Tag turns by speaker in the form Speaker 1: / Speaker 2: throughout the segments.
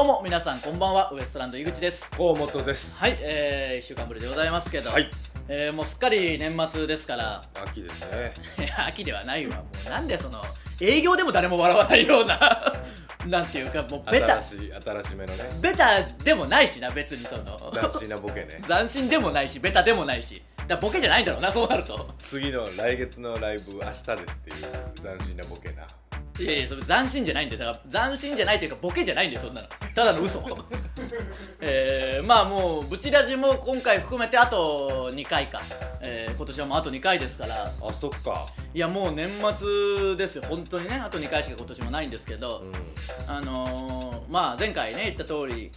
Speaker 1: うも皆さんこんばんはウエストランド井口です
Speaker 2: 河本です
Speaker 1: はいえー、1週間ぶりでございますけど、
Speaker 2: はい
Speaker 1: えー、もうすっかり年末ですから
Speaker 2: 秋ですね
Speaker 1: 秋ではないわもうなんでその営業でも誰も笑わないような なんていうかもうベタ
Speaker 2: 新しい新しめのね
Speaker 1: ベタでもないしな別にそ の
Speaker 2: 斬新なボケね
Speaker 1: 斬新でもないしベタでもないしだからボケじゃないんだろうなそうなると
Speaker 2: 次の来月のライブ明日ですっていう斬新なボケない
Speaker 1: やいやそれ斬新じゃないんでだから斬新じゃないというかボケじゃないんでそんなのただの嘘 えー、まあもうブチラジも今回含めてあと2回か、えー今年はもうあと2回ですから
Speaker 2: あそっか
Speaker 1: いやもう年末ですよ本当にねあと2回しか今年もないんですけど、
Speaker 2: うん
Speaker 1: あのーまあ前回ね言った通り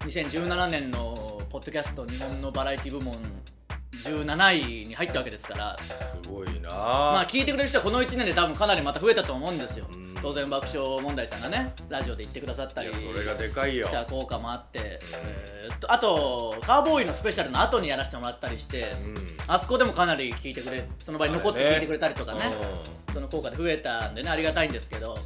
Speaker 1: 2017年のポッドキャスト日本のバラエティ部門17位に入ったわけですから
Speaker 2: すごいな
Speaker 1: まあ
Speaker 2: ま
Speaker 1: 聞いてくれる人はこの1年で多分かなりまた増えたと思うんですよ
Speaker 2: うん
Speaker 1: 当然爆笑問題さんがねラジオで言ってくださった
Speaker 2: い
Speaker 1: り
Speaker 2: やそ
Speaker 1: し
Speaker 2: れがでかいよ
Speaker 1: た効果もあって、えーっとあとカーボーイのスペシャルの後にやらせてもらったりして
Speaker 2: うん
Speaker 1: あそこでもかなり聞いてくれその場に残って聞いてくれたりとかね
Speaker 2: う
Speaker 1: その効果で増えたんでねありがたいんですけど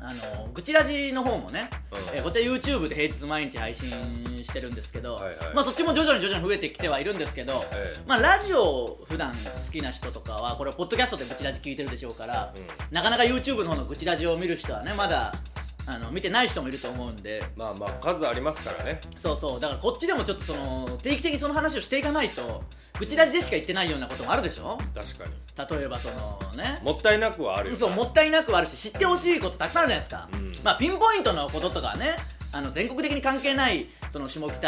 Speaker 1: あの愚痴ラジの方もね、
Speaker 2: うん
Speaker 1: えーこちら YouTube で平日毎日配信してるんですけど、
Speaker 2: はいはい
Speaker 1: まあ、そっちも徐々に徐々に増えてきてはいるんですけど、
Speaker 2: ええ
Speaker 1: まあ、ラジオ普段好きな人とかはこれポッドキャストで愚痴ラジ聞いてるでしょうから、
Speaker 2: う
Speaker 1: なかなか YouTube の方の愚痴ラジを見る人はねまだあの見てない人もいると思うんで
Speaker 2: まあまあ数ありますからね
Speaker 1: そうそうだからこっちでもちょっとその定期的にその話をしていかないと愚痴ラジでしか言ってないようなこともあるでしょ
Speaker 2: 確かに
Speaker 1: 例えばそのね
Speaker 2: もったいなくはあるよ
Speaker 1: そうもったいなくはあるし知ってほしいことたくさんあるじゃないですか、
Speaker 2: うん
Speaker 1: まあ、ピンポイントのこととかはねあの全国的に関係ないその下北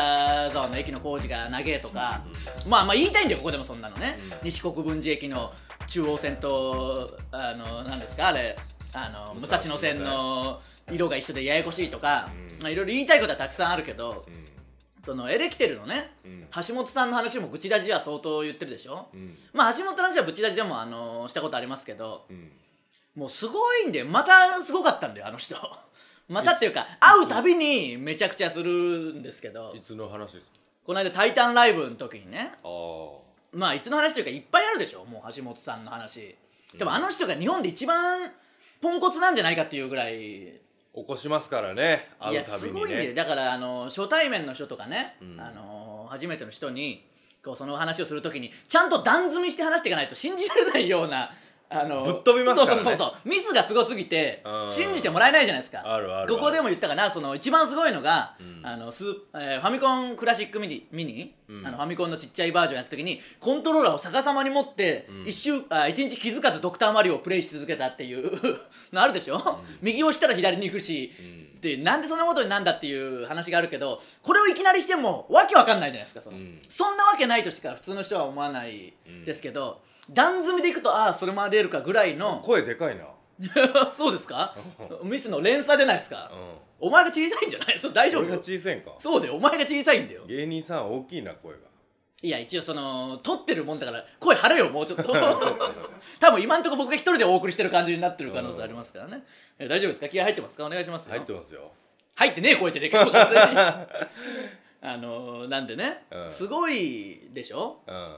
Speaker 1: 沢の駅の工事が長えとか、まあまあ言いたいんだよここでもそんなのね、
Speaker 2: うん
Speaker 1: 西国分寺駅の中央線とあの何ですかあれあの武
Speaker 2: 武
Speaker 1: 蔵
Speaker 2: 蔵
Speaker 1: 野
Speaker 2: 野
Speaker 1: 線
Speaker 2: 線
Speaker 1: の色が一緒でややこしいとか、
Speaker 2: うん
Speaker 1: まあいろいろ言いたいことはたくさんあるけど、
Speaker 2: うん
Speaker 1: そのエレキテルのね、
Speaker 2: うん
Speaker 1: 橋本さんの話も愚痴ラジは相当言ってるでしょ、
Speaker 2: うん
Speaker 1: まあ橋本の話は愚痴ラジでもあのしたことありますけど、
Speaker 2: うん
Speaker 1: もうすごいんでまたすごかったんだよあの人 またっていうか会うたびにめちゃくちゃするんですけど
Speaker 2: いつの話ですか
Speaker 1: この間「タイタンライブ」の時にね
Speaker 2: ああ
Speaker 1: まあいつの話というかいっぱいあるでしょもう橋本さんの話でもあの人が日本で一番ポンコツなんじゃないかっていうぐらい
Speaker 2: 起こしますからね
Speaker 1: い
Speaker 2: 会
Speaker 1: や
Speaker 2: うた
Speaker 1: す
Speaker 2: び
Speaker 1: ご
Speaker 2: に
Speaker 1: いんだよ
Speaker 2: ね
Speaker 1: だからあの初対面の人とかね、
Speaker 2: ん
Speaker 1: あの初めての人にこうその話をするときにちゃんと段積みして話していかないと信じられないようなあの
Speaker 2: ぶっ飛びますからね
Speaker 1: そうそうそうそうミスがすごすぎて
Speaker 2: うん
Speaker 1: 信じてもらえないじゃないですか
Speaker 2: あるあるある
Speaker 1: ここでも言ったかなその一番すごいのが、
Speaker 2: ん
Speaker 1: あのスーえーファミコンクラシックミニミニ、
Speaker 2: うん
Speaker 1: あのファミコンのちっちゃいバージョンやったときにコントローラーを逆さまに持って一週、あ一日気づかずドクターマリオをプレイし続けたっていう のあるでしょ、右押したら左に行くし、
Speaker 2: ん
Speaker 1: でなんでそんなことになんだっていう話があるけどこれをいきなりしてもわけわかんないじゃないですかその、
Speaker 2: うん
Speaker 1: そんなわけないとしか普通の人は思わない
Speaker 2: うん
Speaker 1: ですけど、段積みでいくとああそれもありえるかぐらいの
Speaker 2: 声でかいな
Speaker 1: そうですかミスの連鎖じゃないですか、
Speaker 2: うん
Speaker 1: お前が小さいんじゃないそう大丈
Speaker 2: 俺が
Speaker 1: 夫
Speaker 2: 小さいんか
Speaker 1: そうだよお前が小さいんだよ
Speaker 2: 芸人さん大きいな声が
Speaker 1: いや一応その撮ってるもんだから声張れよもうちょ っと多分今んとこ僕が一人でお送りしてる感じになってる可能性ありますからね、え大丈夫ですか気合入ってますかお願いしますよ
Speaker 2: 入ってますよ
Speaker 1: 入ってねえ声じゃねえかもう完 全にあのなんでね、
Speaker 2: うん
Speaker 1: すごいでしょ
Speaker 2: うんうん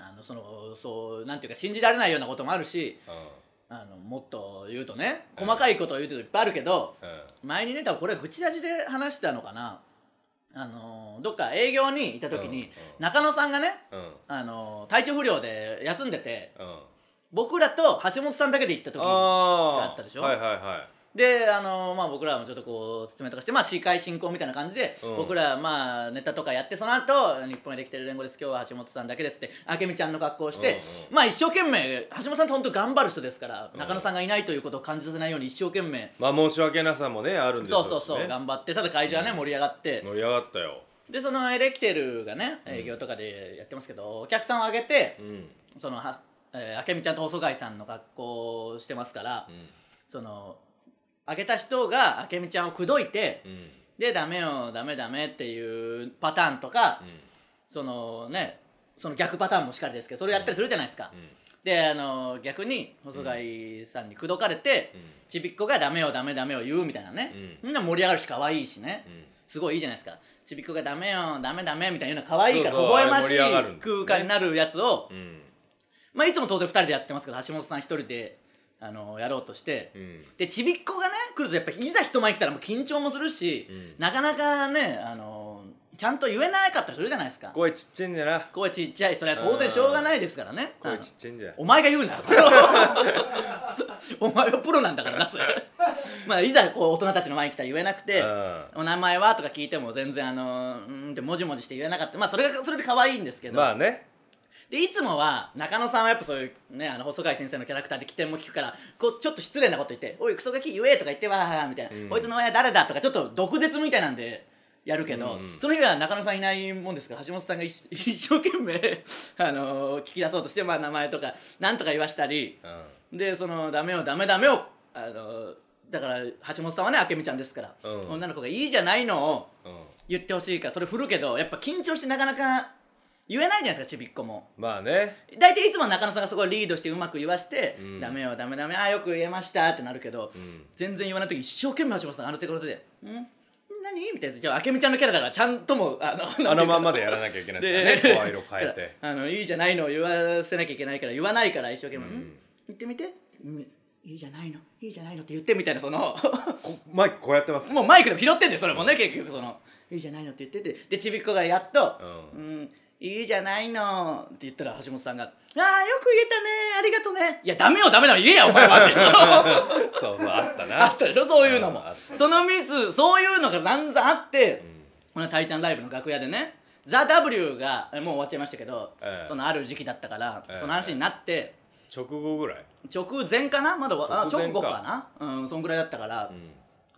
Speaker 1: あのそのそうなんていうか信じられないようなこともあるしあのもっと言うとね細かいことを言うといっぱいあるけど、
Speaker 2: うん
Speaker 1: 前にね多分これは愚痴ラジで話したのかなあのどっか営業にいた時に、
Speaker 2: うんうん
Speaker 1: 中野さんがね
Speaker 2: うん
Speaker 1: あの体調不良で休んでて
Speaker 2: うん
Speaker 1: 僕らと橋本さんだけで行った時に
Speaker 2: あ
Speaker 1: あ
Speaker 2: ー
Speaker 1: ったでしょ
Speaker 2: はいはいはい
Speaker 1: であの、まあ、僕らもちょっとこう説明とかして、まあ、司会進行みたいな感じで、
Speaker 2: うん
Speaker 1: 僕ら、まあ、ネタとかやってその後日本へできてる連合です今日は橋本さんだけです」って明美ちゃんの格好をして、
Speaker 2: うんう
Speaker 1: まあ一生懸命橋本さんって本当頑張る人ですから、
Speaker 2: ん
Speaker 1: 中野さんがいないということを感じさせないように一生懸命、
Speaker 2: まあ申し訳なさもねあるんです
Speaker 1: そうそうそう、
Speaker 2: ね
Speaker 1: 頑張ってただ会場はね、盛り上がって、
Speaker 2: 盛り上がったよ
Speaker 1: でそのエレキテルがね営業とかでやってますけど、お客さんを上げて
Speaker 2: う、ん
Speaker 1: そのは、えー、明美ちゃんと細貝さんの格好をしてますから、
Speaker 2: うん
Speaker 1: そのあげた人が明美ちゃんを口説いて、
Speaker 2: うん
Speaker 1: でダメよダメダメっていうパターンとか、
Speaker 2: うん
Speaker 1: そのねその逆パターンもしかりですけどそれやったりするじゃないですか、
Speaker 2: うん
Speaker 1: であの逆に細貝さんに口説かれて、
Speaker 2: うん
Speaker 1: ちびっこがダメよダメダメを言うみたいなね、
Speaker 2: うん
Speaker 1: みんな盛り上がるし可愛いしね、
Speaker 2: うん
Speaker 1: すごいいいじゃないですかちびっこがダメよダメダメみたいな可愛いから
Speaker 2: そう
Speaker 1: 微
Speaker 2: そうあれ
Speaker 1: 笑ましい
Speaker 2: 盛り上がるんですね
Speaker 1: 空間になるやつを、
Speaker 2: うん
Speaker 1: まあ、いつも当然2人でやってますけど橋本さん1人であのやろうとして、
Speaker 2: うん
Speaker 1: でちびっこがね来るとやっぱいざ人前来たらもう緊張もするし、
Speaker 2: うん
Speaker 1: なかなかねあのちゃんと言えなかったりするじゃないですか
Speaker 2: 声ちっちゃいんだな
Speaker 1: 声ちっちゃいそれは当然しょうがないですからねあ
Speaker 2: 声
Speaker 1: の
Speaker 2: ちっちゃいんじゃ
Speaker 1: お前が言う なお前はプロなんだからなそれ まあいざこう大人たちの前に来たら言えなくて
Speaker 2: う
Speaker 1: お名前はとか聞いても全然あのうーんってもじもじして言えなかったまあそれがそれで可愛いんですけ
Speaker 2: ん
Speaker 1: ど、
Speaker 2: まあね
Speaker 1: でいつもは中野さんはやっぱそういうねあの細貝先生のキャラクターで起点も聞くからこうちょっと失礼なこと言って「おいクソガキ言え」とか言って「わ ー」みたいな、
Speaker 2: うん
Speaker 1: こいつの親誰だ?」とかちょっと毒舌みたいなんでやるけど、
Speaker 2: うんうん
Speaker 1: その日は中野さんいないもんですから橋本さんが一 一生懸命あのー聞き出そうとして、まあ、名前とかなんとか言わしたり
Speaker 2: うん
Speaker 1: でその「ダメよダメダメよ」あのーだから橋本さんはね明美ちゃんですから、
Speaker 2: うん
Speaker 1: 女の子が「いいじゃないの」を
Speaker 2: うん
Speaker 1: 言ってほしいからそれ振るけどやっぱ緊張してなかなか言えないじゃないですかちびっこも。
Speaker 2: まあね
Speaker 1: 大体いつも中野さんがすごいリードしてうまく言わして「
Speaker 2: うん
Speaker 1: ダメよダメダメあーよく言えました」ってなるけど、
Speaker 2: ん
Speaker 1: 全然言わない時一生懸命橋本さんあの手この手で「ん何?」みたいなじゃあ明美ちゃんのキャラだからちゃんともあのなんていうか
Speaker 2: あのまんまでやらなきゃいけないですからね声色変え て
Speaker 1: あのいいじゃないのを言わせなきゃいけないから言わないから一生懸命「
Speaker 2: うん
Speaker 1: ん言ってみて、うんいいじゃないのいいじゃないの」って言ってみたいなその
Speaker 2: こマイクこうやってます
Speaker 1: もうマイクでも拾ってんだよそれもね結局その「いいじゃないの」って言っててでちびっこがやっと「う、
Speaker 2: うん
Speaker 1: いいじゃないの」って言ったら橋本さんが「ああよく言えたねありがとうね」「いやダメよダメだよ言えやお前は」って
Speaker 2: そうそうあったな
Speaker 1: あったでしょそういうのも
Speaker 2: あった
Speaker 1: そのミスそういうのが散々あって、この「タイタンライブ」の楽屋でね「ザ・ w がえもう終わっちゃいましたけど、
Speaker 2: ええ
Speaker 1: そのある時期だったから、
Speaker 2: ええ
Speaker 1: その話になって。
Speaker 2: 直後ぐらい
Speaker 1: 直前かなまだわあ
Speaker 2: 直
Speaker 1: 直
Speaker 2: 前か
Speaker 1: 後かなうんそんぐらいだったから、
Speaker 2: ん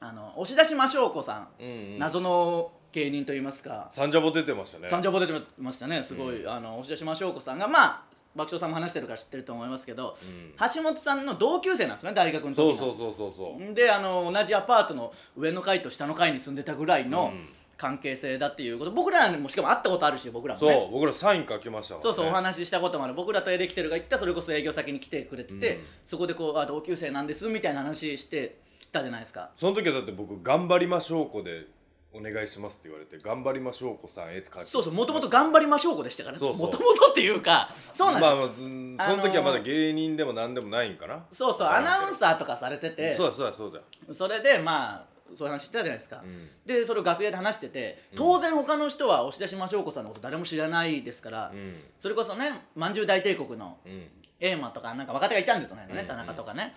Speaker 1: あの押し出しましょう子さん、
Speaker 2: うんうん
Speaker 1: 謎の芸人といいますか、
Speaker 2: サンジャポ出てましたね
Speaker 1: 三条ポテト出てましたねすごい、あの押し出しましょう子さんがまあ爆笑さんも話してるから知ってると思いますけど、
Speaker 2: ん
Speaker 1: 橋本さんの同級生なんですね大学の時
Speaker 2: そ
Speaker 1: の
Speaker 2: うそうそうそうそう
Speaker 1: であの同じアパートの上の階と下の階に住んでたぐらいの
Speaker 2: うん
Speaker 1: 関係性だっていうこと僕らもしかも会ったことあるし僕らもね
Speaker 2: そう僕らサイン書きましたから
Speaker 1: そうそう、お
Speaker 2: ね
Speaker 1: 話ししたこともある僕らとエレキテルが行ったそれこそ営業先に来てくれてて、
Speaker 2: うん
Speaker 1: そこでこうあ同級生なんですみたいな話してたじゃないですか
Speaker 2: その時はだって僕「頑張りましょうこ」でお願いしますって言われて「頑張りましょうこさんへ」って書いて
Speaker 1: そうそうもともと頑張りましょう子でしたから
Speaker 2: そうそう
Speaker 1: もともとっていうかそうなんです
Speaker 2: ま
Speaker 1: よ、
Speaker 2: あまあうんその時はまだ芸人でも何でもないんかな
Speaker 1: そうそうアナウンサーとかされてて
Speaker 2: そうだそうだそうだ
Speaker 1: それでまあそういう話してたじゃないですか、
Speaker 2: ん
Speaker 1: でそれを楽屋で話してて当然他の人は押し出しましょう子さんのこと誰も知らないですから、
Speaker 2: うん
Speaker 1: それこそねまんじゅう大帝国の
Speaker 2: うん
Speaker 1: エーマとかなんか若手がいたんですよね、
Speaker 2: うん
Speaker 1: 田中とかね、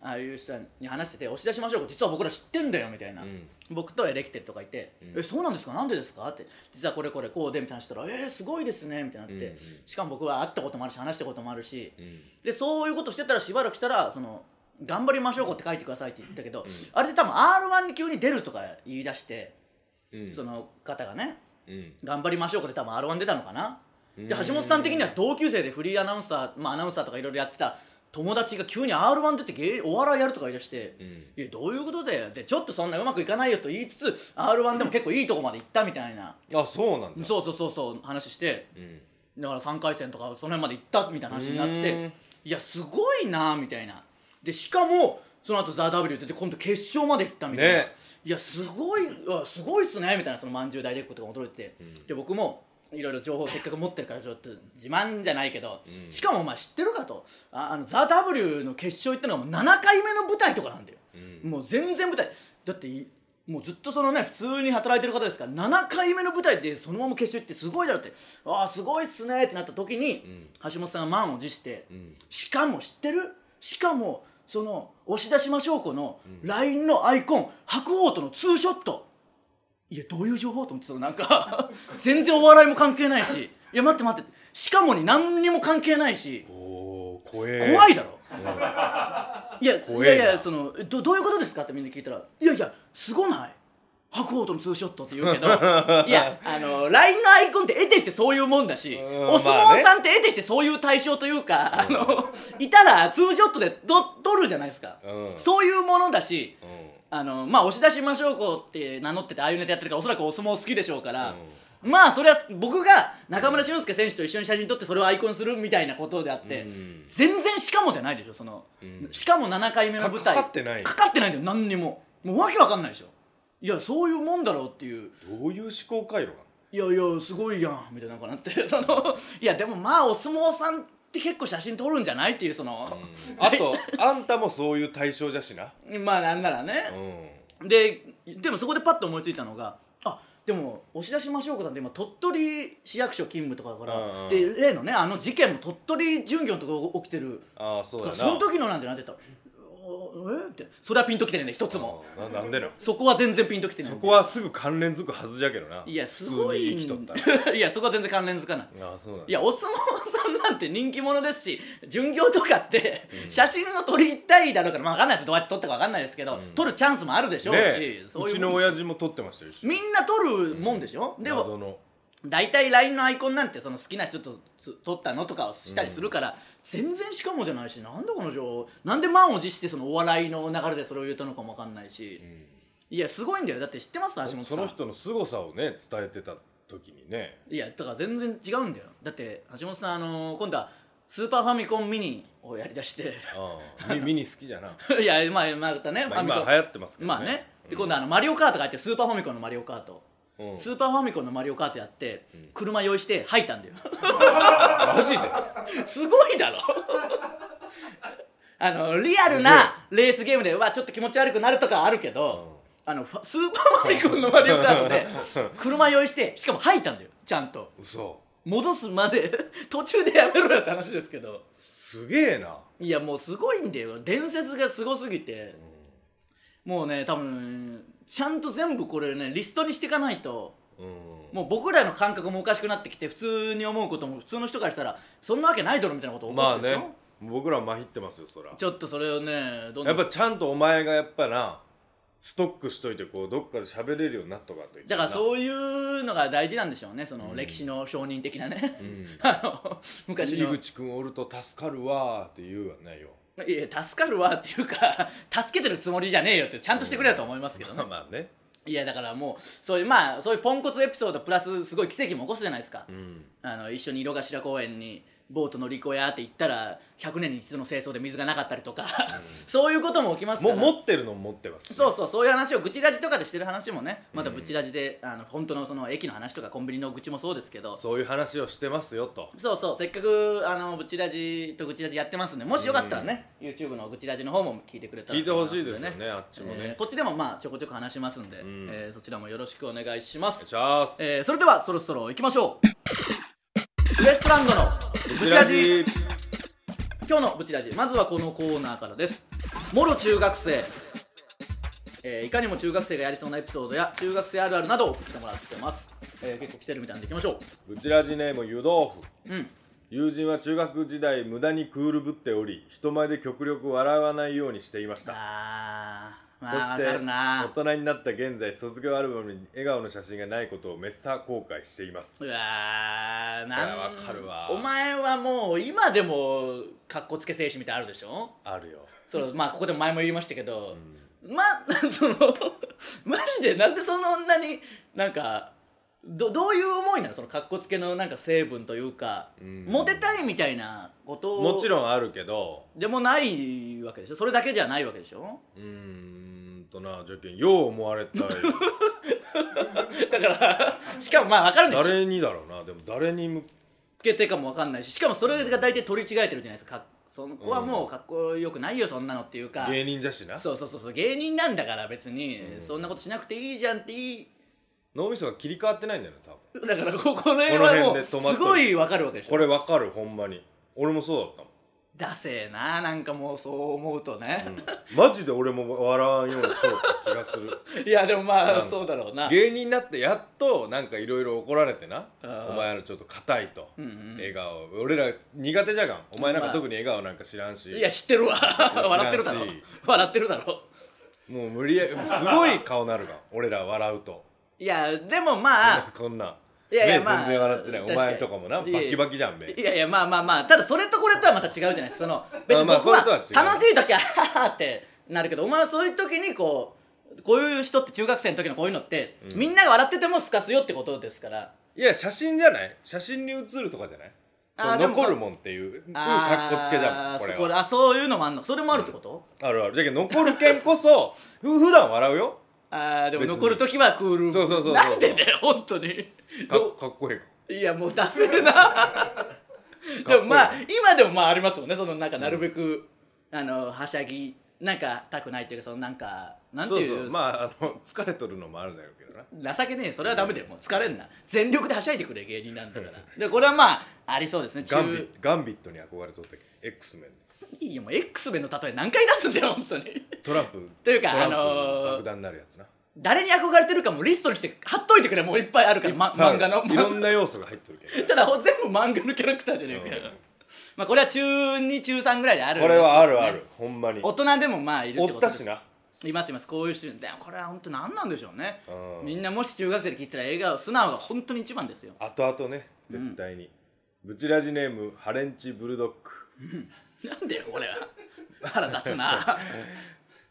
Speaker 1: ああいう人に話してて押し出しましょうか実は僕ら知ってんだよみたいな、
Speaker 2: うん
Speaker 1: 僕とエレキテルとかいて、
Speaker 2: うん
Speaker 1: えそうなんですかなんでですかって実はこれこれこうでみたいな話したらえー、すごいですねみたいになって、
Speaker 2: うんうん
Speaker 1: しかも僕は会ったこともあるし話したこともあるし、
Speaker 2: うん
Speaker 1: でそういうことしてたらしばらくしたらその頑張りましょうこって書いてくださいって言ったけど、あれで多分 R1 に急に出るとか言い出して、
Speaker 2: うん
Speaker 1: その方がね
Speaker 2: うん
Speaker 1: 頑張りましょうかで多分 R1 出たのかなで
Speaker 2: うん
Speaker 1: 橋本さん的には同級生でフリーアナウンサーまあアナウンサーとかいろいろやってた友達が急に R1 出て芸お笑いやるとか言い出して、
Speaker 2: ん
Speaker 1: いやどういうことだよでちょっとそんなうまくいかないよと言いつつ R1 でも結構いいとこまで行ったみたいな
Speaker 2: あそうなんだ
Speaker 1: そうそうそうそう話して
Speaker 2: うん
Speaker 1: だから3回戦とかその辺まで行ったみたいな話になっ
Speaker 2: う
Speaker 1: て
Speaker 2: ーん
Speaker 1: いやすごいなみたいなでしかもその後ザ・ w 出て今度決勝まで行ったみたいな、
Speaker 2: ね
Speaker 1: いやすごいうわすごいっすねみたいなそのまんじゅう大帝国とかも驚いてて、で僕もいろいろ情報せっかく持ってるからちょっと自慢じゃないけど、しかもお前知ってるかとああのザ・ w の決勝行ったのがもう7回目の舞台とかなんだよ、もう全然舞台だっていもうずっとそのね普通に働いてる方ですから7回目の舞台でそのまま決勝行ってすごいだろってああすごいっすねってなった時に、橋本さんが満を持して、しかも知ってるしかもその押し出しましょうこの LINE のアイコン白鵬とのツーショットいやどういう情報と思ってたのなんか全然お笑いも関係ないしいや待って待ってしかもに何にも関係ないし
Speaker 2: おー怖え
Speaker 1: 怖いだろ、いや
Speaker 2: 怖
Speaker 1: い
Speaker 2: えな
Speaker 1: やいやそのえどどういうことですかってみんな聞いたら「いやいやすごない白鵬とのツーショット」って言う けどいやあの LINE のアイコンって得てしてそういうもんだし
Speaker 2: うん
Speaker 1: お相
Speaker 2: まあ
Speaker 1: 撲
Speaker 2: ね
Speaker 1: さんって得てしてそういう対象というか、あのいたらツーショットでど撮るじゃないですか、
Speaker 2: うん
Speaker 1: そういうものだし
Speaker 2: うん
Speaker 1: あのまあ押し出しましょうこうって名乗っててああいうネタやってるからおそらくお相撲好きでしょうから、まあそれは僕が中村俊輔選手と一緒に写真撮ってそれをアイコンにするみたいなことであって、
Speaker 2: うん
Speaker 1: 全然しかもじゃないでしょその、
Speaker 2: ん
Speaker 1: しかも7回目の舞台
Speaker 2: かかってない
Speaker 1: かかってないんだよ何にももうわけわかんないでしょいやそういうもんだろうっていう
Speaker 2: どういう思考回路な の
Speaker 1: いやいやすごいやんみたいなのかなってそのいやでもまあお相撲さんって結構写真撮るんじゃないっていうその、
Speaker 2: あとあんたもそういう対象じゃしな
Speaker 1: まあなんならね
Speaker 2: う、ん
Speaker 1: ででもそこでパッと思いついたのがあでも押し出しましょうかさんって今鳥取市役所勤務とかだから、
Speaker 2: うんうん
Speaker 1: で例のねあの事件も鳥取巡業のとこ起きてる
Speaker 2: ああそうだ
Speaker 1: そ
Speaker 2: な
Speaker 1: の時のなんじゃないって言ったら「おえっ?」てそれはピンときてねえね一つも
Speaker 2: うんななんでな
Speaker 1: そこは全然ピンときてない
Speaker 2: そこはすぐ関連づくはずじゃけどない
Speaker 1: やすごい
Speaker 2: 普通に生きとっ
Speaker 1: いやそこは全 然関連づかない
Speaker 2: たらああそうなん
Speaker 1: い
Speaker 2: だ
Speaker 1: やお相撲さんなんて人気者ですし巡業とかって、写真を撮りたいだろうから、まあ、分かんないですどうやって撮ったか分かんないですけど、撮るチャンスもあるでしょうし、
Speaker 2: ねえ
Speaker 1: そうい
Speaker 2: ち
Speaker 1: もん
Speaker 2: の親父も撮ってましたよ一緒に
Speaker 1: みんな撮るもんでしょ、でも
Speaker 2: 謎の
Speaker 1: 大体 LINE のアイコンなんてその好きな人とつ撮ったのとかをしたりするから、全然しかもじゃないしなんでこの情なんで満を持してそのお笑いの流れでそれを言ったのかも分かんないし、いやすごいんだよだって知ってます橋本さん
Speaker 2: その人の凄さをね伝えてた時にね
Speaker 1: いやだから全然違うんだよだって橋本さん、あのー今度はスーパーファミコンミニをやりだして
Speaker 2: うんみミニ好きじゃな
Speaker 1: いやまあまたね、
Speaker 2: ま
Speaker 1: フ
Speaker 2: あ
Speaker 1: ァミコ
Speaker 2: 今
Speaker 1: ン
Speaker 2: 流行ってますけど
Speaker 1: まあね、で今度はあのマリオカートがあってスーパーファミコンのマリオカート、
Speaker 2: うん
Speaker 1: スーパーファミコンのマリオカートやって、車用意して吐いたんだ よ
Speaker 2: マ ジです
Speaker 1: ごいだろあのリアルなレースゲームではちょっと気持ち悪くなるとかあるけど、あのファスーパーファミコンのマリオカートで車用意してしかも吐いたんだよちゃんと
Speaker 2: 嘘
Speaker 1: 戻すまで 途中でやめろよって話ですけど
Speaker 2: すげえない
Speaker 1: やもうすごいんだよ伝説がすごすぎて、もうね多分ちゃんと全部これねリストにしていかないと
Speaker 2: うん
Speaker 1: もう僕らの感覚もおかしくなってきて普通に思うことも普通の人からしたらそんなわけないだろみたいなことを起こ
Speaker 2: ますあ
Speaker 1: でしょ、
Speaker 2: ね僕らはまひってますよそら
Speaker 1: ちょっとそれをねどんどん
Speaker 2: やっぱちゃんとお前がやっぱなストックしといてこうどっかで喋れるようになっとかんといけん
Speaker 1: だ
Speaker 2: な
Speaker 1: からそういうのが大事なんでしょうねその歴史の証人的なね、 あの昔
Speaker 2: 入
Speaker 1: の
Speaker 2: 口くんおると助かるわーって言うわねよ
Speaker 1: いや助かるわっていうか助けてるつもりじゃねえよってちゃんとしてくれよと思いますけどね、
Speaker 2: まあまあね
Speaker 1: いやだからもうそういうまあそういうポンコツエピソードプラスすごい奇跡も起こすじゃないですか、
Speaker 2: ん
Speaker 1: あの一緒に井の頭公園にボート乗り越えやって行ったら100年に一度の清掃で水がなかったりとか、 そういうことも起きますか
Speaker 2: も
Speaker 1: ら
Speaker 2: う持ってるのも持ってます
Speaker 1: そうそうそういう話を愚痴ラジとかでしてる話もねまた愚痴ラジで、あの本当のその駅の話とかコンビニの愚痴もそうですけど
Speaker 2: そういう話をしてますよと
Speaker 1: そうそうせっかくあのブチラジと愚痴ラジやってますんでもしよかったらね、YouTube の愚痴ラジの方も聞いてくれたら
Speaker 2: 聞いて
Speaker 1: と思ま
Speaker 2: ほ
Speaker 1: す
Speaker 2: しい
Speaker 1: ん
Speaker 2: ですよねあっちも
Speaker 1: えー
Speaker 2: ね
Speaker 1: こっちでもまあちょこちょこ話しますんで、えーそちらもよろしくお願いしま
Speaker 2: お願い
Speaker 1: す
Speaker 2: します
Speaker 1: えーそれではそろそろ行きましょうウエストランドのブチラジ今日のブチラジまずはこのコーナーからですもろ中学生えーいかにも中学生がやりそうなエピソードや中学生あるあるなどを送ってもらってます、えー結構来てるみたいなんでいきましょ
Speaker 2: ブチラジネーム湯豆腐
Speaker 1: ううん
Speaker 2: 友人は中学時代無駄にクールぶっており人前で極力笑わないようにしていました
Speaker 1: あー
Speaker 2: そ
Speaker 1: まあ
Speaker 2: し
Speaker 1: わ
Speaker 2: て
Speaker 1: かる
Speaker 2: 大
Speaker 1: な
Speaker 2: 人になった現在卒業アルバムに笑顔の写真がないことをめっさ後悔しています
Speaker 1: うわーなん
Speaker 2: いやわかるわ
Speaker 1: お前はもう今でもかっこつけ精神みたいなのあるでしょ
Speaker 2: あるよ
Speaker 1: そのまあここでも前も言いましたけど、ま そのマジでなんでその女になんかどどういう思いなのそのかっこつけのなんか成分というか、
Speaker 2: ん
Speaker 1: モテたいみたいなこと
Speaker 2: もち
Speaker 1: ん
Speaker 2: ろんあるけど
Speaker 1: でもないわけでしょそれだけじゃないわけでしょ
Speaker 2: うーんとなじゃけんよう思われたい
Speaker 1: だからしかもまあ分かるんですよ
Speaker 2: 誰にだろうなでも誰に向
Speaker 1: つけてかも分かんないししかもそれが大体取り違えてるじゃないですかかその子はもうかっこよくないよそんなのっていうか
Speaker 2: 芸人じゃしな
Speaker 1: そうそうそうそう芸人なんだから別に、そんなことしなくていいじゃんっていい
Speaker 2: 脳みそが切り替わってないんだよね多分
Speaker 1: だからここの辺はも
Speaker 2: この辺
Speaker 1: う
Speaker 2: です止まっとる
Speaker 1: ごいわかるわけでしょ
Speaker 2: これわかるほんまに俺もそうだったもん
Speaker 1: ダセえななんかもうそう思うとね、
Speaker 2: マジで俺も笑わんようにしようって気がする
Speaker 1: いやでもま
Speaker 2: な
Speaker 1: あ
Speaker 2: んか
Speaker 1: そうだろうな
Speaker 2: 芸人になってやっとなんかいろいろ怒られてな
Speaker 1: あー
Speaker 2: お前らちょっと硬いと、
Speaker 1: んうん
Speaker 2: 笑顔俺ら苦手じゃがんお前なん
Speaker 1: ま
Speaker 2: か
Speaker 1: あ
Speaker 2: 特に笑顔なんか知らんし、
Speaker 1: いや知ってるわ笑ってるだろ
Speaker 2: 知らんし
Speaker 1: 笑ってるだろ
Speaker 2: もう無理やりもうすごい顔なるがん俺ら笑うと
Speaker 1: いやでもま あ
Speaker 2: こんなん
Speaker 1: いやいや
Speaker 2: 目
Speaker 1: まあ
Speaker 2: 全然笑ってないお
Speaker 1: 確かに
Speaker 2: 前とかもないバ
Speaker 1: やいや
Speaker 2: ッキバキじゃん目
Speaker 1: いやいやまあまあまあただそれとこれとはまた違うじゃないですかその別に
Speaker 2: まあ
Speaker 1: 僕は
Speaker 2: これ
Speaker 1: 楽
Speaker 2: と
Speaker 1: し
Speaker 2: は違う
Speaker 1: い時はハハハってなるけどお前はそういう時にこうこういう人って中学生の時のこういうのって、みんなが笑っててもすかすよってことですから
Speaker 2: いや写真じゃない写真に写るとかじゃない
Speaker 1: あ
Speaker 2: その
Speaker 1: でも
Speaker 2: 残るもんっていううんかっこつけじゃもん
Speaker 1: あー
Speaker 2: これ
Speaker 1: そこ
Speaker 2: は
Speaker 1: あそういうのもあんのそれもあるってこと、
Speaker 2: あるあるだけど残る件 こそふ普段笑うよ
Speaker 1: あーでも
Speaker 2: 別に
Speaker 1: 残る時はクール
Speaker 2: そうそうそうそう
Speaker 1: なんでだよ本当に
Speaker 2: か
Speaker 1: ど
Speaker 2: かっこいいから
Speaker 1: いやもうダセえなでもまあ今でもまあありますもんねそのなんかなるべく、あのはしゃぎなんかたくないっていうかそのなんかなんて
Speaker 2: そう
Speaker 1: いう
Speaker 2: そうまああの 疲れとるのもあるんだろうけどな
Speaker 1: 情けねえよそれはダメだよもう疲れんな全力ではしゃいでくれ芸人なんだからでこれはまあありそうですね
Speaker 2: ガンビッ
Speaker 1: 中
Speaker 2: ガンビットに憧れとったけど X メン
Speaker 1: いいよもう X 面の例え何回出すんだよ本当に
Speaker 2: トランプ
Speaker 1: というか
Speaker 2: トランプ
Speaker 1: あのー
Speaker 2: 爆弾になるやつな
Speaker 1: 誰に憧れてるかもリストにして貼っといてくれもういっぱいあるから、ま、漫画の
Speaker 2: いろんな要素が入っとるけど
Speaker 1: ただほ全部漫画のキャラクターじゃねえかよ、
Speaker 2: うん
Speaker 1: まあこれは中2中3ぐらいである
Speaker 2: これはあるあ
Speaker 1: やつで
Speaker 2: るほんまに
Speaker 1: すね
Speaker 2: お
Speaker 1: 大人でもまあいるって
Speaker 2: っ
Speaker 1: こと
Speaker 2: た
Speaker 1: です
Speaker 2: しな
Speaker 1: ないますいますこういう人でもこれは本当何なんでしょうね、
Speaker 2: うん
Speaker 1: みんなもし中学生で聞いたら笑顔素直が本当に一番ですよ
Speaker 2: 後々ね絶対にブチラジネームハレンチブルドッグ
Speaker 1: なんでよこれは 腹立つ な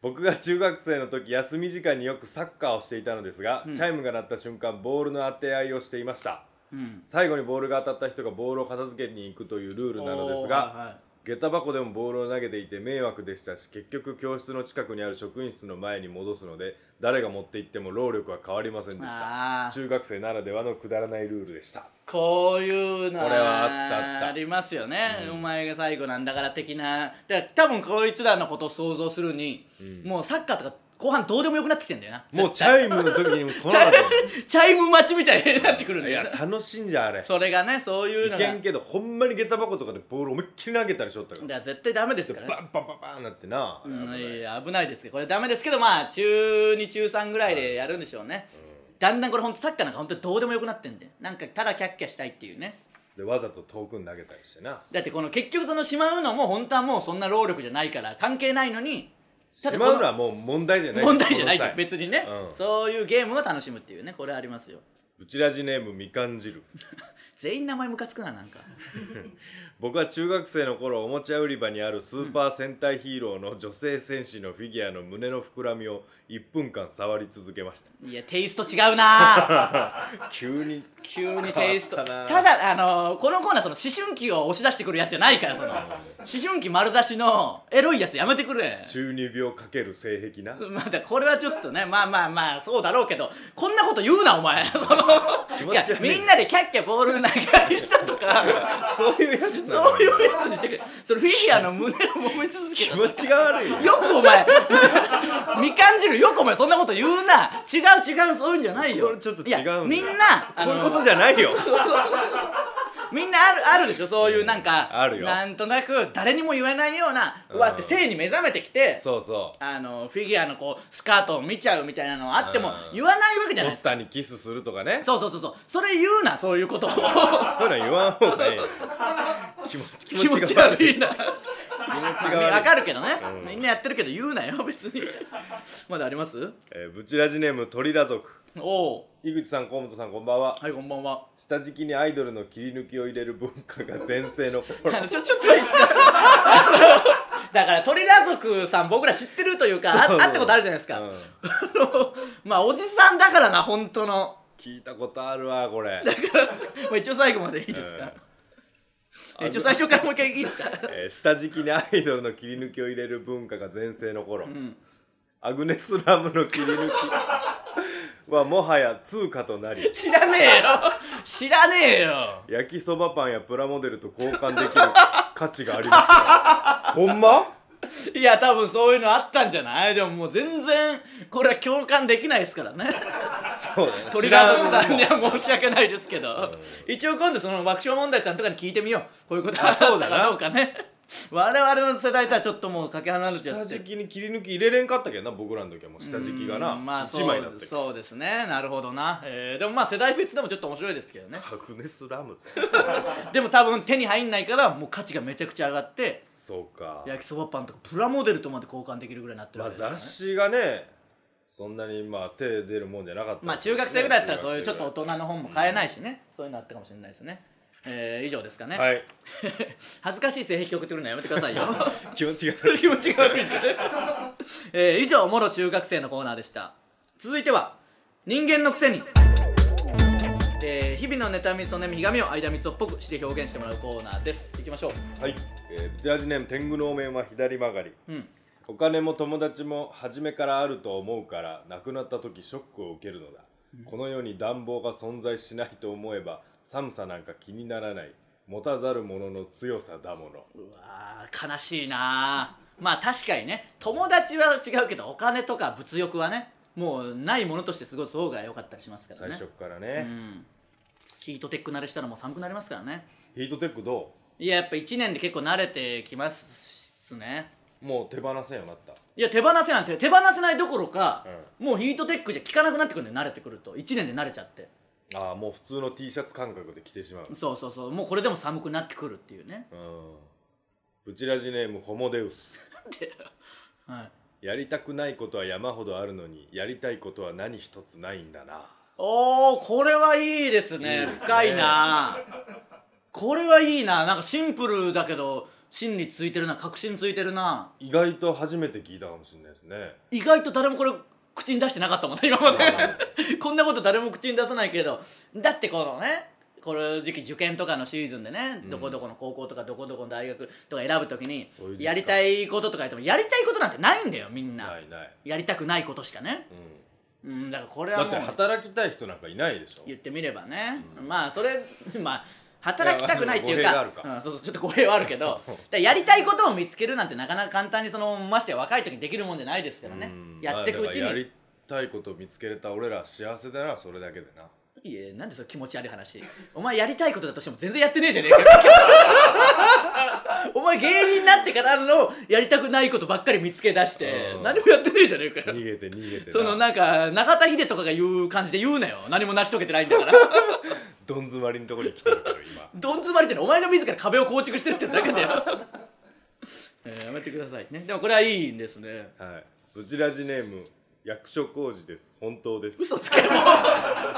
Speaker 2: 僕が中学生の時休み時間によくサッカーをしていたのですが、チャイムが鳴った瞬間ボールの当て合いをしていました
Speaker 1: うん
Speaker 2: 最後にボールが当たった人がボールを片付けに行くというルールなのです
Speaker 1: おー
Speaker 2: が
Speaker 1: はいはい
Speaker 2: 下駄箱でもボールを投げていて迷惑でしたし結局教室の近くにある職員室の前に戻すので誰が持って行っても労力は変わりませんでした
Speaker 1: あー
Speaker 2: 中学生ならではのくだらないルール でした
Speaker 1: こういうの
Speaker 2: これはあったあった
Speaker 1: ありますよね、お前が最後なんだから的なで多分こいつらのことを想像するに、もうサッカーとか後半どうでもよくなってきてんだよな
Speaker 2: もうチャイムの時にも来
Speaker 1: チ
Speaker 2: な
Speaker 1: ャ
Speaker 2: かっ
Speaker 1: イチャイム待ちみたいになってくるん
Speaker 2: た
Speaker 1: だ
Speaker 2: いや
Speaker 1: よな
Speaker 2: 楽しんじゃあれ
Speaker 1: それがねそういう
Speaker 2: い
Speaker 1: のが
Speaker 2: けんけどほんまに下駄箱とかでボール思いっきり投げたりしょったから
Speaker 1: だから絶対ダメです
Speaker 2: バ
Speaker 1: から
Speaker 2: ン
Speaker 1: ね
Speaker 2: バンバンバンなってな、
Speaker 1: うん、
Speaker 2: 危ない
Speaker 1: いや危ないですけどこれダメですけどまあ中2中3ぐらいでやるんでしょうね、だんだんこれ本当サッカーなんか本当にどうでもよくなってんでなんかただキャッキャしたいっていうね
Speaker 2: でわざと遠くに投げたりしてな
Speaker 1: だってこの結局そのしまうのも本当はもうそんな労力じゃないから関係ないのに
Speaker 2: した
Speaker 1: だ
Speaker 2: まうの
Speaker 1: この
Speaker 2: はもう問題じゃない
Speaker 1: 問題じゃない
Speaker 2: この際
Speaker 1: 別にね、
Speaker 2: うん
Speaker 1: そういうゲームを楽しむっていうねこれありますよ
Speaker 2: ブチラジネームみかん汁
Speaker 1: 全員名前ムカつくななんか
Speaker 2: 僕は中学生の頃おもちゃ売り場にあるスーパー戦隊ヒーローの女性戦士のフィギュアの胸の膨らみを1分間触り続けました
Speaker 1: いやテイスト違うな
Speaker 2: 急に
Speaker 1: 急にテイスト
Speaker 2: 変
Speaker 1: た
Speaker 2: わったな
Speaker 1: だあのーこのコーナーその思春期を押し出してくるやつじゃないからその思春期丸出しのエロいやつやめてくれ
Speaker 2: 中二病かける性癖な
Speaker 1: まだこれはちょっとねまあまあまあそうだろうけどこんなこと言うなお前その
Speaker 2: 気持ち悪 い
Speaker 1: 違うみんなでキャッキャボール投げ合いしたと か
Speaker 2: そういうやつなの
Speaker 1: そういうやつにしてくれそのフィギュアの胸を揉み続け
Speaker 2: 気
Speaker 1: た
Speaker 2: 持ちが悪いよ
Speaker 1: よくお前 みかん汁よくお前そんなこと言うな違う違うそういうんじゃないよ
Speaker 2: これちょっと違うんだよ
Speaker 1: いやみんなあ
Speaker 2: こう
Speaker 1: の
Speaker 2: いうことじゃない よ
Speaker 1: みんなあるあるでしょそういうなんか、
Speaker 2: あるよ
Speaker 1: なんとなく誰にも言えないような、
Speaker 2: う
Speaker 1: うんわって性に目覚めてきて
Speaker 2: そうそ
Speaker 1: あのフィギュアのこうスカートを見ちゃうみたいなのあっても、
Speaker 2: うん
Speaker 1: 言わないわけじゃ
Speaker 2: う
Speaker 1: な
Speaker 2: ポ
Speaker 1: い
Speaker 2: スターにキスするとかね
Speaker 1: そうそうそうそうそれ言うなそういうことを
Speaker 2: そういうのは言わん方がいいよ 気持ち
Speaker 1: 気持ち
Speaker 2: が悪い
Speaker 1: 悪いな
Speaker 2: 気持ちが悪い
Speaker 1: わかるけどね、
Speaker 2: うん
Speaker 1: みんなやってるけど言うなよ別にまだあります
Speaker 2: えーブチラジネームトリラ族
Speaker 1: おお
Speaker 2: 井口さん河本さんこんばんは
Speaker 1: はいこんばんは
Speaker 2: 下敷きにアイドルの切り抜きを入れる文化が全盛の頃
Speaker 1: あのちょちょっといいです かあのだから鳥ラ族さん僕ら知ってるというかあ
Speaker 2: そうそう
Speaker 1: 会ったことあるじゃないですか、
Speaker 2: うん
Speaker 1: あの まあおじさんだからな本当の
Speaker 2: 聞いたことあるわこれ、
Speaker 1: まあ一応最後までいいですか、え一応最初からもう一回いいですか
Speaker 2: えー下敷きにアイドルの切り抜きを入れる文化が全盛の頃、アグネスラムの切り抜きはもはや通貨とな り
Speaker 1: 知らねえよ知らねえよ
Speaker 2: 焼きそばパンやプラモデルと交換できる価値がありますよほんま
Speaker 1: いや多分そういうのあったんじゃないでももう全然これは共感できないですから ね
Speaker 2: そうね
Speaker 1: 鳥
Speaker 2: 知
Speaker 1: ラ
Speaker 2: ら
Speaker 1: 族
Speaker 2: ん
Speaker 1: さんに
Speaker 2: もん
Speaker 1: は申し訳ないですけど、一応今度その爆笑問題さんとかに聞いてみようこういうことがあった
Speaker 2: そうだ
Speaker 1: か
Speaker 2: な
Speaker 1: どうかね我々の世代とはちょっともうかけ離れちゃ
Speaker 2: 下
Speaker 1: って
Speaker 2: 敷きに切り抜き入れれんかったけどな僕らの時はもう下敷きがな、
Speaker 1: うんまあ、
Speaker 2: 1枚だったけど
Speaker 1: そうそうですねなるほどな、えーでもまあ世代別でもちょっと面白いですけどね
Speaker 2: アグネスラム
Speaker 1: でも多分手に入んないからもう価値がめちゃくちゃ上がって
Speaker 2: そうか
Speaker 1: 焼きそばパンとかプラモデルとまで交換できるぐらいになってる
Speaker 2: ま
Speaker 1: わ
Speaker 2: あ
Speaker 1: けですから
Speaker 2: 雑
Speaker 1: ね
Speaker 2: 誌がねそんなにまあ手出るもんじゃなかった
Speaker 1: まあ中学生ぐらいだったらそういうちょっと大人の本も買えないしね、そういうのあったかもしれないですねえー以上ですかね、
Speaker 2: はい
Speaker 1: 恥ずかしい性癖送ってくるのやめてくださいよ
Speaker 2: 気持ちが
Speaker 1: 気持ちが悪いんで、えー以上もろ中学生のコーナーでした続いては人間のくせにえー日々の妬みそみひがみを間つをっぽくして表現してもらうコーナーですいきましょ
Speaker 2: はい、えー、ジャージネーム天狗のお面は左曲がり
Speaker 1: ううん
Speaker 2: お金も友達も初めからあると思うから亡くなった時ショックを受けるのだ、この世に暖房が存在しないと思えば寒さなんか気にならない持たざる者の強さだもの
Speaker 1: うわー悲しいなーまあ確かにね友達は違うけどお金とか物欲はねもうないものとして過ごす方が良かったりしますから
Speaker 2: 最
Speaker 1: ね
Speaker 2: 初っから
Speaker 1: う
Speaker 2: ね、
Speaker 1: んヒートテック慣れしたらもう寒くなりますからね
Speaker 2: ヒートテックど
Speaker 1: いややっぱ1年で結構慣れてきますしね
Speaker 2: うもう手放せんようになった
Speaker 1: いや手放せなんて手放せないどころか、もうヒートテックじゃ効かなくなってくるんで慣れてくると1年で慣れちゃって
Speaker 2: ああもう普通の T シャツ感覚で着てしまう
Speaker 1: そうそうそうもうこれでも寒くなってくるっていうね
Speaker 2: うんブチラジネームホモデウス
Speaker 1: はい
Speaker 2: やりたくないことは山ほどあるのにやりたいことは何一つないんだな
Speaker 1: おーこれはいいですね
Speaker 2: いいですね
Speaker 1: 深いなこれはいいななんかシンプルだけど真理ついてるな確信ついてるな
Speaker 2: 意外と初めて聞いたかもしれないですね
Speaker 1: 意外と誰もこれ口に出してなかったもん ね今まで こんなこと誰も口に出さないけどだってこのねこの時期受験とかのシーズンでね、どこどこの高校とかどこどこの大学とか選ぶときに
Speaker 2: そういう時期か
Speaker 1: やりたいこととか言ってもやりたいことなんてないんだよみんな、
Speaker 2: ないない、
Speaker 1: やりたくないことしかね
Speaker 2: う
Speaker 1: うんだからこれ
Speaker 2: ん、
Speaker 1: は
Speaker 2: だ
Speaker 1: もう
Speaker 2: って働きたい人なんかいないでしょ
Speaker 1: 言ってみればね、
Speaker 2: うん
Speaker 1: まあそれまあ働きたくないっていう
Speaker 2: いやまあ
Speaker 1: か
Speaker 2: 語弊があるか
Speaker 1: うん、そうそうちょっと語弊はあるけどだからやりたいことを見つけるなんてなかなか簡単にそのましてや若い時にできるもんじゃないですからね
Speaker 2: うん
Speaker 1: やっていくう
Speaker 2: まあだ
Speaker 1: ち
Speaker 2: からや
Speaker 1: に
Speaker 2: りたいこと見つけれた俺ら幸せだなそれだけでない
Speaker 1: やなんでそれ気持ち悪い話お前やりたいことだとしても全然やってねえじゃねえか お前芸人になってからのやりたくないことばっかり見つけ出して
Speaker 2: うん
Speaker 1: 何もやってねえじゃねえかよ
Speaker 2: 逃げて逃げてな
Speaker 1: そのなんか中田秀とかが言う感じで言うなよ何も成し遂げてないんだから
Speaker 2: どん詰まりのところに来てるから今
Speaker 1: どん詰まりってのはお前が自ら壁を構築してるってだけだよ、 えーやめてくださいねでもこれはいいんですね
Speaker 2: はい。ブチラジネーム役所広司です。本当です。
Speaker 1: 嘘つけもう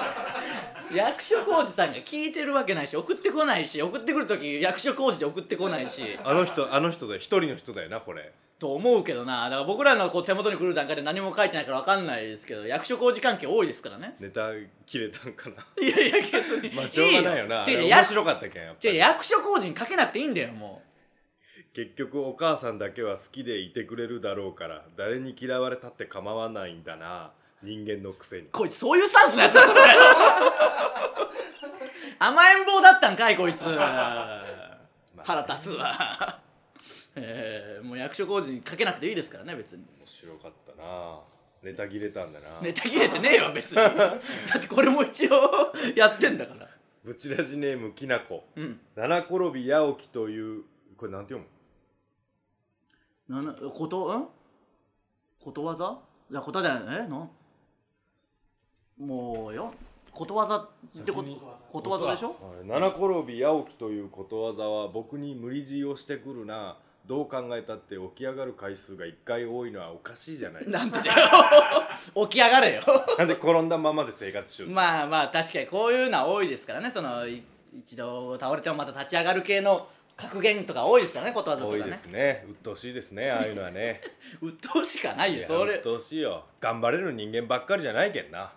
Speaker 1: 役所広司さんが聞いてるわけないし送ってこないし送ってくる時役所広司で送ってこないし
Speaker 2: あの人あの人だよ一人の人だよなこれ。
Speaker 1: と思うけどなだから僕らのこう手元に来る段階で何も書いてないから分かんないですけど役所広司関係多いですからね
Speaker 2: ネタ切れたんかな。
Speaker 1: いやいや別に
Speaker 2: まあしょうがないよ
Speaker 1: いい
Speaker 2: な。あ
Speaker 1: よ
Speaker 2: れ
Speaker 1: 違う違うや
Speaker 2: 面白かったけんやっぱ
Speaker 1: 違う
Speaker 2: り。
Speaker 1: 役所広司に書けなくていいんだよもう
Speaker 2: 結局お母さんだけは好きでいてくれるだろうから誰に嫌われたって構わないんだな。人間のくせに。
Speaker 1: こいつそういうスタンスのやつだったのかよ甘えん坊だったんかいこいつ
Speaker 2: まあ
Speaker 1: 腹立つわ えー、もう役所工事にかけなくていいですからね別に
Speaker 2: 面白かったな。ネタ切れたんだな。
Speaker 1: ネタ切れてねえよ別 にだってこれも一応やってんだから
Speaker 2: ブチラジネームきなこ。
Speaker 1: うん
Speaker 2: 七転び八起きというこれなんて読む？
Speaker 1: ななことんことわざいやことわざじゃないえなんもうよことわざってことことわざでしょ
Speaker 2: あれ七転び八起きということわざは僕に無理強いをしてくるなどう考えたって起き上がる回数が1回多いのはおかしいじゃない
Speaker 1: なんてだよ起き上がれよ
Speaker 2: なんで転んだままで生活しよう
Speaker 1: まあまあ確かにこういうのは多いですからねそのい一度倒れてもまた立ち上がる系の格言とか多いですからねことわざと
Speaker 2: 多
Speaker 1: か
Speaker 2: い
Speaker 1: ね
Speaker 2: ですね鬱陶しいですねああいうのはね
Speaker 1: 鬱陶しかない
Speaker 2: い
Speaker 1: よ
Speaker 2: や
Speaker 1: それ
Speaker 2: 鬱陶しいよ頑張れる人間ばっかりじゃないけんな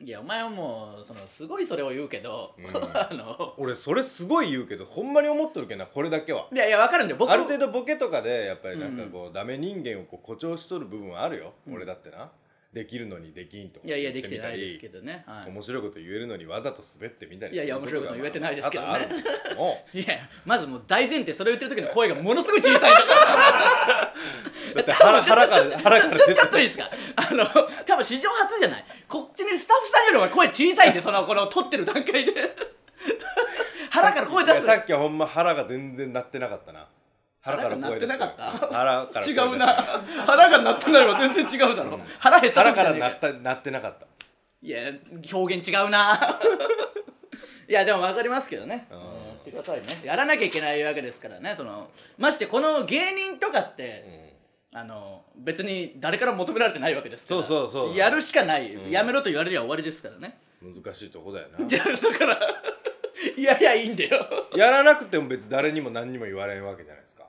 Speaker 2: い
Speaker 1: やお前はもうそのすごいそれを言うけど、
Speaker 2: ん
Speaker 1: あの
Speaker 2: 俺それすごい言うけどほんまに思っとるけんなこれだけはい
Speaker 1: やいやわかるんだよ僕
Speaker 2: ある程度ボケとかでやっぱりなんかこう、ダメ人間をこう誇張しとる部分はあるよ、俺だってなできるのにできんとか
Speaker 1: いやいや
Speaker 2: 言
Speaker 1: で
Speaker 2: っ
Speaker 1: き
Speaker 2: み
Speaker 1: て
Speaker 2: た
Speaker 1: ない
Speaker 2: り
Speaker 1: ですけどね、はい
Speaker 2: 面白いこと言えるのにわざと滑ってみたり
Speaker 1: いやいや面白いこと言えてないですけどね
Speaker 2: 多々あるんですけども
Speaker 1: いやまずもう大前提それを言ってる時の声がものすごい小さいんだから
Speaker 2: だって腹腹から腹から
Speaker 1: ちょ
Speaker 2: 出
Speaker 1: ち
Speaker 2: て
Speaker 1: ょっといいですかあの多分史上初じゃないこっちにスタッフさんよりも声小さいんでそのこの撮ってる段階で腹から声出
Speaker 2: いや
Speaker 1: す
Speaker 2: さっきはほんま腹が全然鳴ってなかったな腹から声
Speaker 1: 腹が鳴って
Speaker 2: 出て
Speaker 1: なかった
Speaker 2: 腹から声出
Speaker 1: 違
Speaker 2: て
Speaker 1: うな腹が鳴ってないわ全然違うだろ、腹減った
Speaker 2: 腹
Speaker 1: 時じ
Speaker 2: か
Speaker 1: ゃ
Speaker 2: ら
Speaker 1: ねえ
Speaker 2: 鳴
Speaker 1: よ
Speaker 2: った鳴ってなかった
Speaker 1: いや表現違うな いやでも分かりますけどね、
Speaker 2: ん
Speaker 1: うんやってくださいねやらなきゃいけないわけですからねそのましてこの芸人とかって、あの別に誰から求められてないわけですから
Speaker 2: そうそうそう
Speaker 1: やるしかない、やめろと言われりゃ終わりですからね
Speaker 2: 難しいとこだよ
Speaker 1: じ
Speaker 2: な
Speaker 1: ゃあだから いやいやいいんだよ
Speaker 2: やらなくても別に誰にも何にも言われんわけじゃないですか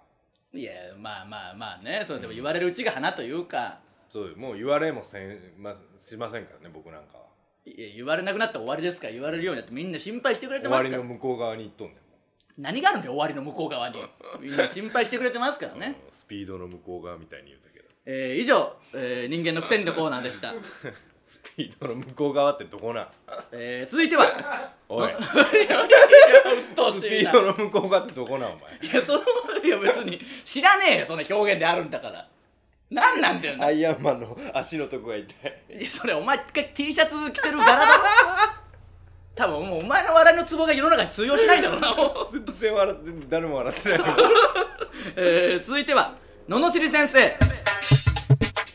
Speaker 1: いやまあまあまあねそれでも言われるうちが花というか、
Speaker 2: そうよもう言われもせん、ま、しませんからね僕なんかはい
Speaker 1: や言われなくなったら終わりですから言われるようになってみんな心配してくれて
Speaker 2: 終
Speaker 1: ま
Speaker 2: わ
Speaker 1: すか
Speaker 2: り
Speaker 1: ら
Speaker 2: の向こう側に行っとんねん
Speaker 1: 何があるんだよ終わりの向こう側にみんな心配してくれてますからね、
Speaker 2: スピードの向こう側みたいに言うたけど
Speaker 1: えー以上、えー人間のくせにのコーナーでした
Speaker 2: スピードの向こう側ってどこ なん
Speaker 1: えー、続いてはい
Speaker 2: おい
Speaker 1: やうっとうし
Speaker 2: スピ
Speaker 1: い
Speaker 2: ー
Speaker 1: な
Speaker 2: ドの向こう側ってどこなんお前
Speaker 1: いやそのいや別に知らねえよそんな表現であるんだから何なんだよな
Speaker 2: ア
Speaker 1: い
Speaker 2: イアンマンの足のとこが痛い
Speaker 1: やそれお前一回 T シャツ着てる柄だろ多分もうお前の笑いのツボが世の中に通用しないんだろうなもう
Speaker 2: 全然笑って誰も笑ってない
Speaker 1: えー、続いては罵り先生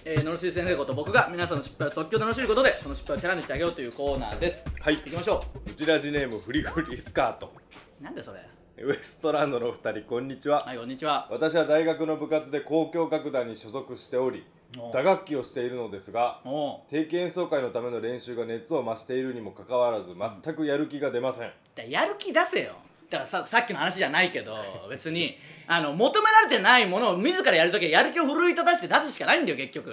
Speaker 1: えー、罵り先生こと僕が皆さんの失敗を即興で罵ることでその失敗をチャラにしてあげようというコーナーです
Speaker 2: はい
Speaker 1: 行きましょ
Speaker 2: うちらじネームフリフリスカート
Speaker 1: うなんでそれ
Speaker 2: ウエストランドのお二人こんにちは、
Speaker 1: はいこんにちは
Speaker 2: 私は大学の部活で交響楽団に所属しており
Speaker 1: おう
Speaker 2: 打楽器をしているのですが
Speaker 1: おう
Speaker 2: 定期演奏会のための練習が熱を増しているにもかかわらず全くやる気が出ません、
Speaker 1: だやる気出せよだからささっきの話じゃないけど別に あの求められてないものを自らやるときはやる気を奮い立たせて出すしかないんだよ結局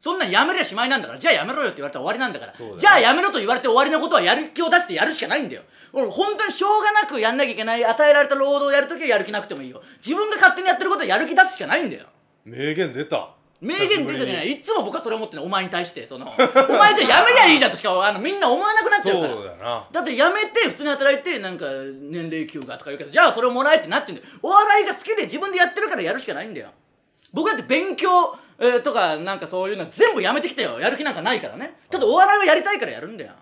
Speaker 1: そんなんやめりゃしまいなんだからじゃあやめろよって言われたら終わりなんだから
Speaker 2: そうだよ
Speaker 1: じゃあやめろと言われて終わりのことはやる気を出してやるしかないんだよ俺本当にしょうがなくやんなきゃいけない与えられた労働をやるときはやる気なくてもいいよ自分が勝手にやってることはやる気出すしかないんだよ
Speaker 2: 名言出た
Speaker 1: 名言出て
Speaker 2: 久
Speaker 1: な
Speaker 2: しぶりに
Speaker 1: いいつも僕はそれ思ってないお前に対してそのお前じゃやめりゃいいじゃんとしかあのみんな思わなくなっちゃうから
Speaker 2: そうだな
Speaker 1: だって辞めて普通に働いてなんか年齢休暇とか言うけどじゃあそれをもらえってなっちゃうんだよお笑いが好きで自分でやってるからやるしかないんだよ僕だって勉強、えーとかなんかそういうの全部やめてきたよやる気なんかないからねただお笑いをやりたいからやるんだよ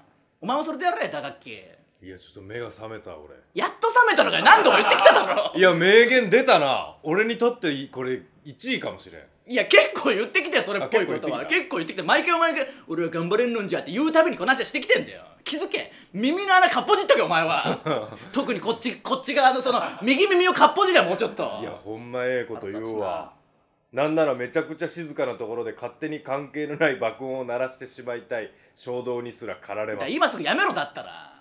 Speaker 1: お前もそれでやれ打楽器
Speaker 2: いやちょっと目が覚めた俺
Speaker 1: やっと冷めたのかよ何度も言ってきただろ
Speaker 2: いや名言出たな俺にとっていこれ1位かもしれん
Speaker 1: いや結構言ってきたよそれっぽいことは
Speaker 2: あ結構
Speaker 1: 結構
Speaker 2: 言ってきた
Speaker 1: 言ってきた毎回毎回俺は頑張れんのんじゃって言うたびにこの話はしてきてんだよ気づけ耳の穴かっぽじっとけお前は特にこっちこっち側のその右耳をかっぽじりゃもうちょっと
Speaker 2: いやほんまええこと言うわ
Speaker 1: 腹
Speaker 2: なんならめちゃくちゃ静かなところで勝手に関係のない爆音を鳴らしてしまいたい衝動にすら駆られ
Speaker 1: だ
Speaker 2: ま
Speaker 1: から
Speaker 2: す
Speaker 1: 今すぐやめろだったら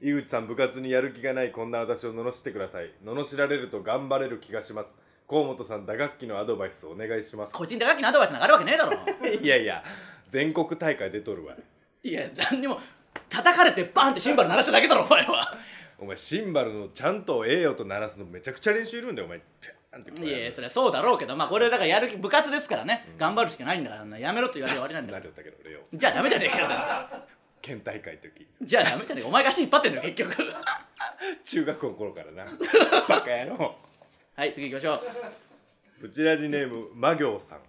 Speaker 2: 井口さん部活にやる気がないこんな私を罵ってください罵られると頑張れる気がします河本さん打楽器のアドバイスお願いします
Speaker 1: 個人打楽器のアドバイスなんかあるわけねえだろ
Speaker 2: いやいや全国大会出とるわ
Speaker 1: いや何にも叩かれてバンってシンバル鳴らしただけだろお前は
Speaker 2: お前シンバルのちゃんとええよと鳴らすのめちゃくちゃ練習いるんだよお前ピャーンってこう
Speaker 1: い
Speaker 2: や
Speaker 1: や
Speaker 2: る
Speaker 1: いやそれはそうだろうけどまあこれだからやる気部活ですからね、頑張るしかないんだからなやめろと言われて終わりなんだから
Speaker 2: なるよったけど俺よ
Speaker 1: じゃあダメじゃねえかよ全然
Speaker 2: 県大会の時
Speaker 1: じゃあダメじゃねえかお前が足引っ張ってんだよ結局
Speaker 2: 中学校の頃からな バカ野郎
Speaker 1: はい次行きましょ
Speaker 2: ブチラジネーム魔行さん
Speaker 1: う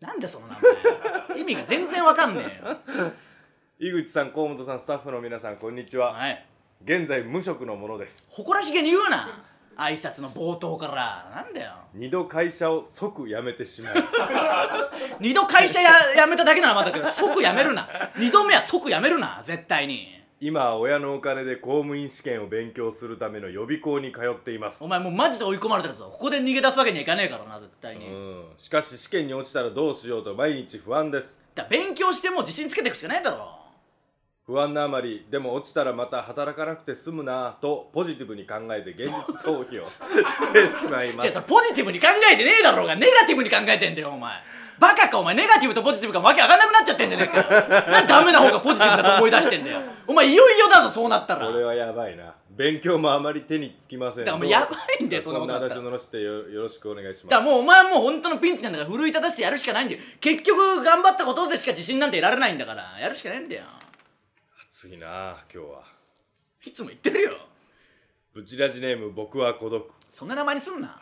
Speaker 1: なんでその名前意味が全然わかんねえよ
Speaker 2: 井口さん河本さんスタッフの皆さんこんにちは、
Speaker 1: はい
Speaker 2: 現在無職のものです
Speaker 1: 誇らしげに言うな挨拶の冒頭からなんだよ
Speaker 2: 二度会社を即辞めてしまい
Speaker 1: 二度会社や辞めただけならまだだけど即辞めるな二度目は即辞めるな絶対に
Speaker 2: 今は親のお金で公務員試験を勉強するための予備校に通っています
Speaker 1: お前もうマジで追い込まれてるぞここで逃げ出すわけにはいかねえからな絶対
Speaker 2: う
Speaker 1: に、
Speaker 2: んしかし試験に落ちたらどうしようと毎日不安です
Speaker 1: だから勉強しても自信つけていくしかないだろ
Speaker 2: 不安なあまりでも落ちたらまた働かなくて済むなぁとポジティブに考えて現実逃 避をしてしまいま
Speaker 1: 違うそ
Speaker 2: す
Speaker 1: れポジティブに考えてねえだろうがネガティブに考えてんだよお前バカかお前ネガティブとポジティブがわけわかんなくなっちゃってんじゃねえかなんでダメな方がポジティブだと思い出してんだよお前いよいよだぞそうなったら
Speaker 2: これはやばいな勉強もあまり手につきません
Speaker 1: だからもうやばいんだよ
Speaker 2: ど
Speaker 1: そん
Speaker 2: う
Speaker 1: なことだった
Speaker 2: 私
Speaker 1: ら
Speaker 2: を罵してよよろしくお願いし
Speaker 1: だ
Speaker 2: ま
Speaker 1: からもうお前はもう本当のピンチなんだから奮い立たせてやるしかないんだよ結局頑張ったことでしか自信なんて得られないんだからやるしかないんだよ
Speaker 2: す暑いなぁ今日はい
Speaker 1: つも言ってるよ
Speaker 2: ブチラジネーム僕は孤独
Speaker 1: そんな名前にすんな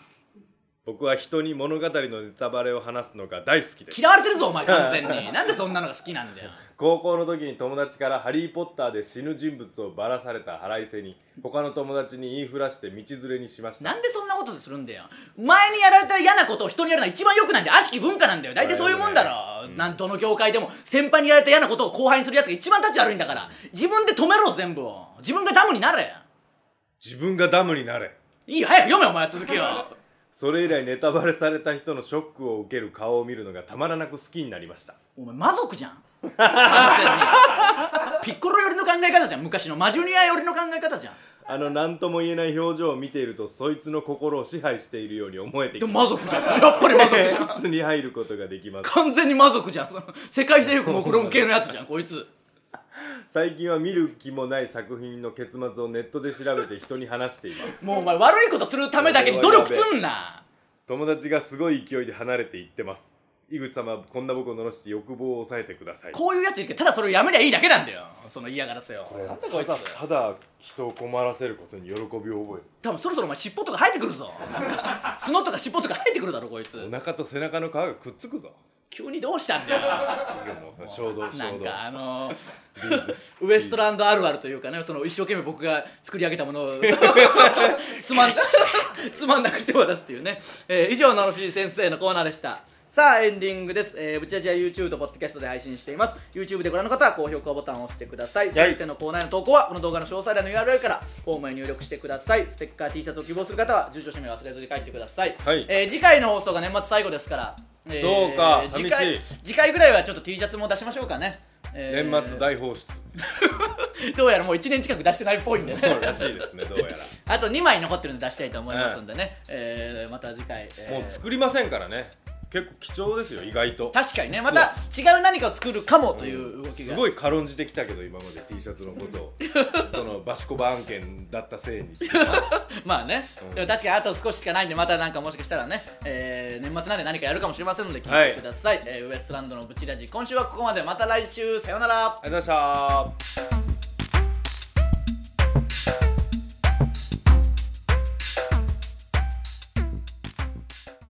Speaker 2: 僕は人に物語のネタバレを話すのが大好きです
Speaker 1: 嫌われてるぞお前完全 になんでそんなのが好きなんだよ
Speaker 2: 高校の時に友達から「ハリー・ポッター」で死ぬ人物をばらされた腹いせに他の友達に言いふらして道連れにしました
Speaker 1: なんでそんなことするんだよ前にやられた嫌なことを人にやるのは一番良くないんだよ悪しき文化なんだよ大体そういうもんだろ、なんどの業界でも先輩にやられた嫌なことを後輩にするやつが一番立ち悪いんだから自分で止めろ全部を自分がダムになれ
Speaker 2: 自分がダムになれ
Speaker 1: いいよ早く読めお前は続きを
Speaker 2: それ以来ネタバレされた人のショックを受ける顔を見るのがたまらなく好きになりました
Speaker 1: お前魔族じ ゃん完全にピッコロ寄りの考え方じゃん昔のマジュニア寄りの考え方じゃん
Speaker 2: あの何とも言えない表情を見ているとそいつの心を支配しているように思えてき
Speaker 1: で
Speaker 2: て
Speaker 1: も魔族じゃんやっぱり魔族じゃん
Speaker 2: つに入ることができます
Speaker 1: 完全に魔族じゃんその世界征服目論系のやつじゃんこいつ
Speaker 2: 最近は見る気もない作品の結末をネットで調べて人に話しています
Speaker 1: もうお前悪いことするためだけに努力すんな
Speaker 2: 友達がすごい勢いで離れていってます井口様こんな僕を罵して欲望を抑えてください
Speaker 1: こういうやついるけどただそれをやめりゃいいだけなんだよその嫌がらせを
Speaker 2: これ
Speaker 1: なんだこいつ
Speaker 2: ただただ人を困らせることに喜びを覚
Speaker 1: 多分そろそろお前尻尾とか生えてくるぞなんか角とか尻尾とか生えてくるだろこいつ
Speaker 2: えるお腹と背中の皮がくっつくぞ
Speaker 1: 急にどうしたんだよ
Speaker 2: もう衝動
Speaker 1: な
Speaker 2: 衝
Speaker 1: ん
Speaker 2: 動
Speaker 1: かあ のーウエストランドあるあるというかねその一生懸命僕が作り上げたものを つまん つまんなくして渡すっていうね、えー以上のしい先生のコーナーでしたさあエンディングです、えー、ぶちあちは YouTube とポッドキャストで配信しています YouTube でご覧の方は高評価ボタンを押してください
Speaker 2: は
Speaker 1: 全
Speaker 2: い
Speaker 1: てのコーナーへの投稿はこの動画の詳細欄の URL からフォームへ入力してくださいステッカー T シャツを希望する方は住所氏名忘れずに書いてください、
Speaker 2: はい
Speaker 1: えー次回の放送が年末最後ですから、えー
Speaker 2: どうか
Speaker 1: 次
Speaker 2: 寂し
Speaker 1: 回
Speaker 2: い
Speaker 1: 次回ぐらいはちょっと T シャツも出しましょうかね、えー
Speaker 2: 年末大放出
Speaker 1: どうやらもう1年近く出してないっぽいんでね
Speaker 2: そうらしい ですねどうやら
Speaker 1: あと2枚残ってるんで出したいと思いますんでね、えーまた次回、えー
Speaker 2: もう作りませんからね結構貴重ですよ意外と
Speaker 1: 確かにねまた違う何かを作るかもという動き
Speaker 2: す
Speaker 1: が、
Speaker 2: ごい軽んじてきたけど今まで T シャツのことをそのバシコバ案件だったせいに
Speaker 1: まあね、
Speaker 2: うん
Speaker 1: でも確かにあと少ししかないんでまたなんかもしかしたらね、えー年末なんで何かやるかもしれませんので聞いてください、えーウエストランドのブチラジ今週はここまでまた来週さようなら
Speaker 2: ありがとうございました